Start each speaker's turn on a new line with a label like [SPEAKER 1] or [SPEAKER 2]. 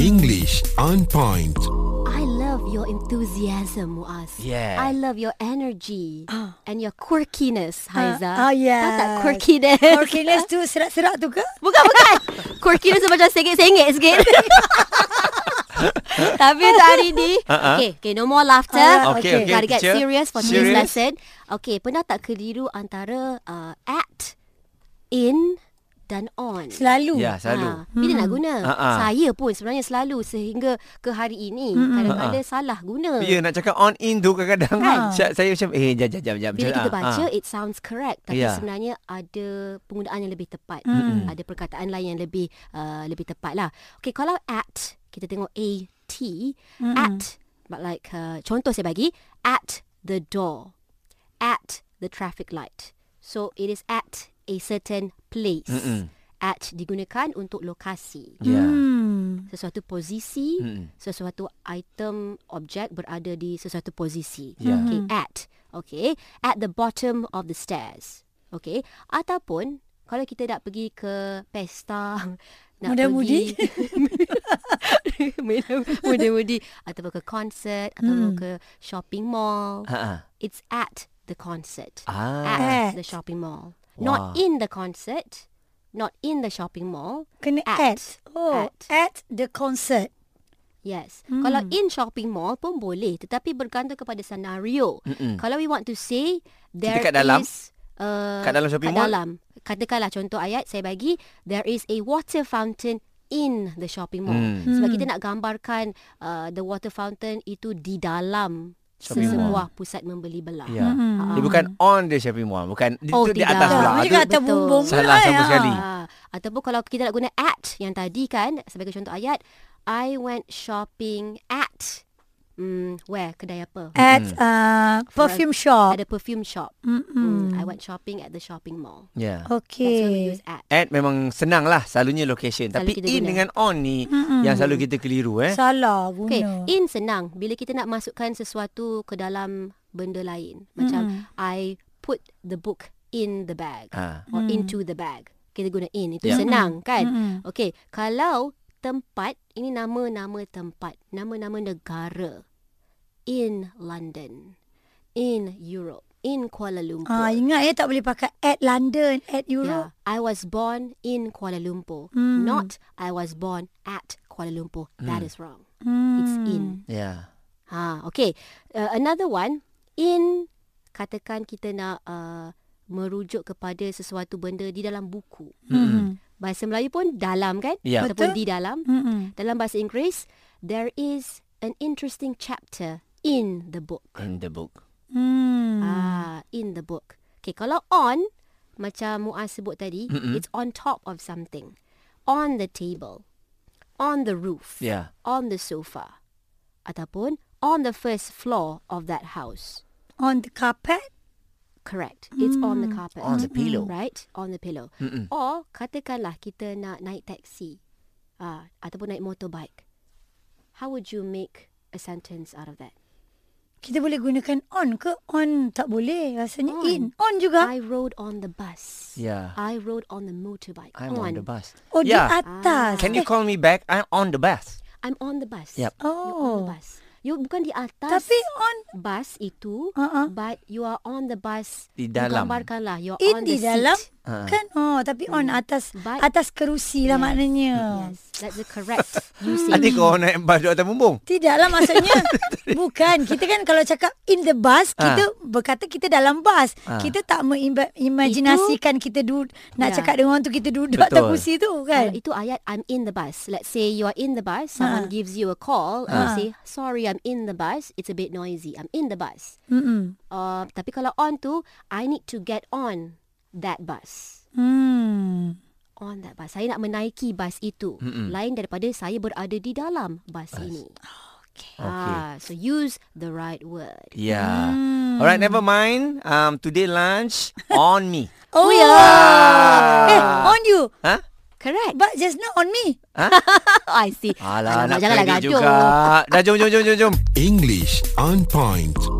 [SPEAKER 1] English on point.
[SPEAKER 2] I love your enthusiasm, Muaz.
[SPEAKER 3] Yeah.
[SPEAKER 2] I love your energy and your quirkiness, Haiza.
[SPEAKER 4] Ah, ah, yes.
[SPEAKER 2] Tahu tak quirkiness?
[SPEAKER 4] Quirkiness tu serak-serak tu ke?
[SPEAKER 2] bukan, bukan. quirkiness tu macam sengit-sengit sikit. Tapi untuk hari ni
[SPEAKER 3] Ah, ah.
[SPEAKER 2] Okay, okay no more laughter
[SPEAKER 4] Ah,
[SPEAKER 3] Okay, okay,
[SPEAKER 4] Okay,
[SPEAKER 2] Gotta get
[SPEAKER 3] teacher.
[SPEAKER 2] serious for today's
[SPEAKER 3] Serious.
[SPEAKER 2] lesson Okay, pernah tak keliru antara uh, at, in dan on?
[SPEAKER 4] Selalu.
[SPEAKER 3] Ya, selalu.
[SPEAKER 2] Ha, bila
[SPEAKER 4] Hmm.
[SPEAKER 2] nak guna?
[SPEAKER 3] Ha, ha.
[SPEAKER 2] Saya pun sebenarnya selalu sehingga ke hari ini
[SPEAKER 4] Hmm.
[SPEAKER 2] kadang-kadang salah guna.
[SPEAKER 3] Ya, nak cakap on in tu kadang-kadang ha.
[SPEAKER 4] Ha.
[SPEAKER 3] saya macam eh jap jap jap jap.
[SPEAKER 2] Bila
[SPEAKER 3] jap,
[SPEAKER 2] Kan? kita
[SPEAKER 3] ah,
[SPEAKER 2] baca
[SPEAKER 3] ah.
[SPEAKER 2] it sounds correct tapi
[SPEAKER 3] Ya.
[SPEAKER 2] sebenarnya ada penggunaan yang lebih tepat.
[SPEAKER 4] Mm-mm.
[SPEAKER 2] Ada perkataan lain yang lebih uh, lebih tepat lah. Okey, kalau at kita tengok a t at but like uh, contoh saya bagi at the door at the traffic light. So it is at a certain place.
[SPEAKER 3] Mm-mm.
[SPEAKER 2] At digunakan untuk lokasi.
[SPEAKER 3] Ya.
[SPEAKER 4] Hmm.
[SPEAKER 2] sesuatu posisi,
[SPEAKER 3] Mm-mm.
[SPEAKER 2] hmm. sesuatu item objek berada di sesuatu posisi.
[SPEAKER 3] Ya.
[SPEAKER 2] Okay,
[SPEAKER 4] Mm-hmm.
[SPEAKER 2] at. Okay, at the bottom of the stairs. Okay, ataupun kalau kita nak pergi ke pesta, nak
[SPEAKER 4] Muda-mudi?
[SPEAKER 2] pergi muda-mudi ataupun ke konsert ataupun
[SPEAKER 4] Mm.
[SPEAKER 2] ke shopping mall.
[SPEAKER 3] Ha. ha.
[SPEAKER 2] It's at the concert.
[SPEAKER 3] Ah.
[SPEAKER 2] At
[SPEAKER 4] At.
[SPEAKER 2] the shopping mall.
[SPEAKER 3] Wah.
[SPEAKER 2] Not in the concert, not in the shopping mall.
[SPEAKER 4] Kena
[SPEAKER 2] At.
[SPEAKER 4] at. Oh,
[SPEAKER 2] At.
[SPEAKER 4] at. the concert.
[SPEAKER 2] Yes.
[SPEAKER 4] Hmm.
[SPEAKER 2] Mm. Kalau in shopping mall pun boleh tetapi bergantung kepada senario.
[SPEAKER 3] Mm-mm.
[SPEAKER 2] Kalau we want to say there
[SPEAKER 3] kat dalam?
[SPEAKER 2] is uh,
[SPEAKER 3] Kat dalam shopping
[SPEAKER 2] kat
[SPEAKER 3] mall?
[SPEAKER 2] dalam. Katakanlah contoh ayat saya bagi there is a water fountain in the shopping mall.
[SPEAKER 3] Mm.
[SPEAKER 2] Sebab
[SPEAKER 4] Hmm.
[SPEAKER 2] kita nak gambarkan uh, the water fountain itu di dalam
[SPEAKER 3] Shopping
[SPEAKER 2] sesebuah pusat membeli belah.
[SPEAKER 3] Ya. Dia bukan on the shopping mall, bukan
[SPEAKER 2] Hmm, Oh,
[SPEAKER 3] itu di
[SPEAKER 2] tidak.
[SPEAKER 3] atas Ah, pula.
[SPEAKER 4] Macam
[SPEAKER 3] Itu
[SPEAKER 4] kat Ah, atas
[SPEAKER 2] betul.
[SPEAKER 4] bumbung. pula,
[SPEAKER 3] Salah sama
[SPEAKER 4] ya.
[SPEAKER 3] sekali.
[SPEAKER 2] Ah, ataupun kalau kita nak guna at yang tadi kan sebagai contoh ayat I went shopping at hmm where kedai apa?
[SPEAKER 3] Hmm.
[SPEAKER 4] At uh, perfume shop.
[SPEAKER 2] At a perfume shop. Mm.
[SPEAKER 4] Mm-mm.
[SPEAKER 2] I went shopping at the shopping mall.
[SPEAKER 3] Ya.
[SPEAKER 2] That's where we
[SPEAKER 4] Okay.
[SPEAKER 2] use at.
[SPEAKER 3] At memang senang lah selalunya location.
[SPEAKER 2] Selalu
[SPEAKER 3] Tapi
[SPEAKER 2] kita
[SPEAKER 3] in
[SPEAKER 2] guna. Hmm,
[SPEAKER 3] dengan on ni yang selalu kita keliru eh.
[SPEAKER 4] Salah
[SPEAKER 2] Okay,
[SPEAKER 4] guna.
[SPEAKER 2] in senang bila kita nak masukkan sesuatu ke dalam benda lain. Macam I put the book in the bag
[SPEAKER 3] Ha.
[SPEAKER 2] or into the bag. Kita guna in. Itu
[SPEAKER 3] Ya.
[SPEAKER 2] senang kan?
[SPEAKER 4] Hmm,
[SPEAKER 2] Okay, kalau tempat ini nama-nama tempat, nama-nama negara. In London, in Europe, in Kuala Lumpur.
[SPEAKER 4] Ah, ingat ya tak boleh pakai at London, at
[SPEAKER 2] Yeah,
[SPEAKER 4] Europe.
[SPEAKER 2] I was born in Kuala Lumpur, not I was born at Kuala Lumpur. That is wrong. It's in.
[SPEAKER 3] Ya.
[SPEAKER 2] Ha, okay. Uh, another one, in katakan kita nak uh, merujuk kepada sesuatu benda di dalam buku.
[SPEAKER 4] Hmm.
[SPEAKER 2] Bahasa Melayu pun dalam kan?
[SPEAKER 3] Ya.
[SPEAKER 2] Ataupun
[SPEAKER 4] Betul.
[SPEAKER 2] di dalam.
[SPEAKER 4] Mm-mm.
[SPEAKER 2] Dalam bahasa Inggeris, there is an interesting chapter in the book.
[SPEAKER 3] In the book. Mm.
[SPEAKER 4] Hmm.
[SPEAKER 2] Ah, in the book. Okay, kalau on macam Muaz sebut tadi, mm it's on top of something. On the table. On the roof.
[SPEAKER 3] Ya.
[SPEAKER 2] On the sofa. Ataupun on the first floor of that house.
[SPEAKER 4] On the carpet.
[SPEAKER 2] Correct. It's on the carpet.
[SPEAKER 3] Mm. On the pillow.
[SPEAKER 2] Right? On the pillow. Mm-mm. Or katakanlah kita nak naik taksi. Ah, ataupun naik motorbike. How would you make a sentence out of that?
[SPEAKER 4] Kita boleh gunakan on ke? On tak boleh.
[SPEAKER 2] On.
[SPEAKER 4] Rasanya in. On juga.
[SPEAKER 2] I rode on the bus.
[SPEAKER 3] Yeah.
[SPEAKER 2] I rode on the motorbike.
[SPEAKER 3] I'm on the bus.
[SPEAKER 4] oh, di
[SPEAKER 3] Yeah.
[SPEAKER 2] Ah.
[SPEAKER 3] Ya.
[SPEAKER 4] atas.
[SPEAKER 3] Can you call me back? I'm on the bus.
[SPEAKER 2] I'm on the bus.
[SPEAKER 3] Yep.
[SPEAKER 2] You're on the
[SPEAKER 4] Oh.
[SPEAKER 2] bus. You bukan di atas
[SPEAKER 4] Tapi on
[SPEAKER 2] bus itu,
[SPEAKER 4] Uh-uh.
[SPEAKER 2] but you are on the bus.
[SPEAKER 3] Di dalam.
[SPEAKER 2] Gambarkanlah you're on
[SPEAKER 4] in di
[SPEAKER 2] the
[SPEAKER 4] dalam
[SPEAKER 2] seat.
[SPEAKER 3] Ah.
[SPEAKER 4] kan? Oh, tapi on atas
[SPEAKER 2] But-
[SPEAKER 4] atas kerusi lah maknanya.
[SPEAKER 2] Yes, that's the correct
[SPEAKER 3] Ada
[SPEAKER 2] usage.
[SPEAKER 3] kau naik bas duduk atas bumbung?
[SPEAKER 4] Tidaklah maksudnya Bukan Kita kan kalau cakap In the bus
[SPEAKER 3] Ah.
[SPEAKER 4] Kita berkata kita dalam bus
[SPEAKER 3] Ah.
[SPEAKER 4] Kita tak mengimajinasikan Kita du- nak
[SPEAKER 2] Ya.
[SPEAKER 4] cakap dengan orang tu Kita duduk
[SPEAKER 3] Betul.
[SPEAKER 4] atas kursi tu
[SPEAKER 2] Kalau
[SPEAKER 4] kan Uh-huh.
[SPEAKER 2] itu ayat I'm in the bus. Let's say you are in the bus, someone gives you a call and
[SPEAKER 3] Uh-huh.
[SPEAKER 2] you say, "Sorry, I'm in the bus. It's a bit noisy. I'm in the bus."
[SPEAKER 4] Mm-mm.
[SPEAKER 2] Uh, tapi kalau on tu, I need to get on that bus.
[SPEAKER 4] Hmm.
[SPEAKER 2] on that bus. Saya nak menaiki bas itu. Mm-mm. Lain daripada saya berada di dalam bas, ini. Okay. Ah, so use the right word.
[SPEAKER 3] Yeah. Ya.
[SPEAKER 2] Hmm.
[SPEAKER 3] Alright, never mind. Um, today lunch on me. Ha?
[SPEAKER 4] Oh, ya Eh on you
[SPEAKER 3] Huh?
[SPEAKER 2] Correct. Oh,
[SPEAKER 4] But just not on me
[SPEAKER 2] I see.
[SPEAKER 3] Alah,
[SPEAKER 2] Alamak,
[SPEAKER 3] nak credit juga. Dah, jom, jom, jom, jom, jom.
[SPEAKER 1] English on point.